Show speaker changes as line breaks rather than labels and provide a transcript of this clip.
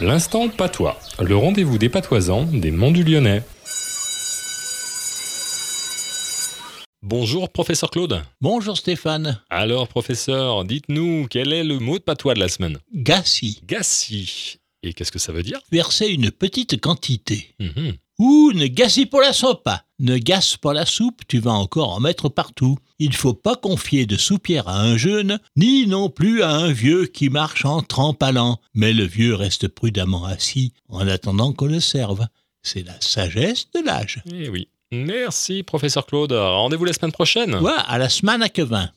L'instant patois, le rendez-vous des patoisans des Monts du Lyonnais. Bonjour professeur Claude.
Bonjour Stéphane.
Alors professeur, dites-nous quel est le mot de patois de la semaine
Gassi.
Gassi. Et qu'est-ce que ça veut dire
Verser une petite quantité.
Mhm.
Ou ne gassi pas la soupe. Ne gasse pas la soupe, tu vas encore en mettre partout. Il faut pas confier de soupière à un jeune, ni non plus à un vieux qui marche en trempalant. Mais le vieux reste prudemment assis en attendant qu'on le serve. C'est la sagesse de l'âge.
Eh oui. Ah. Merci professeur Claude. Rendez-vous la semaine prochaine.
Voilà, à la semaine à Quevin.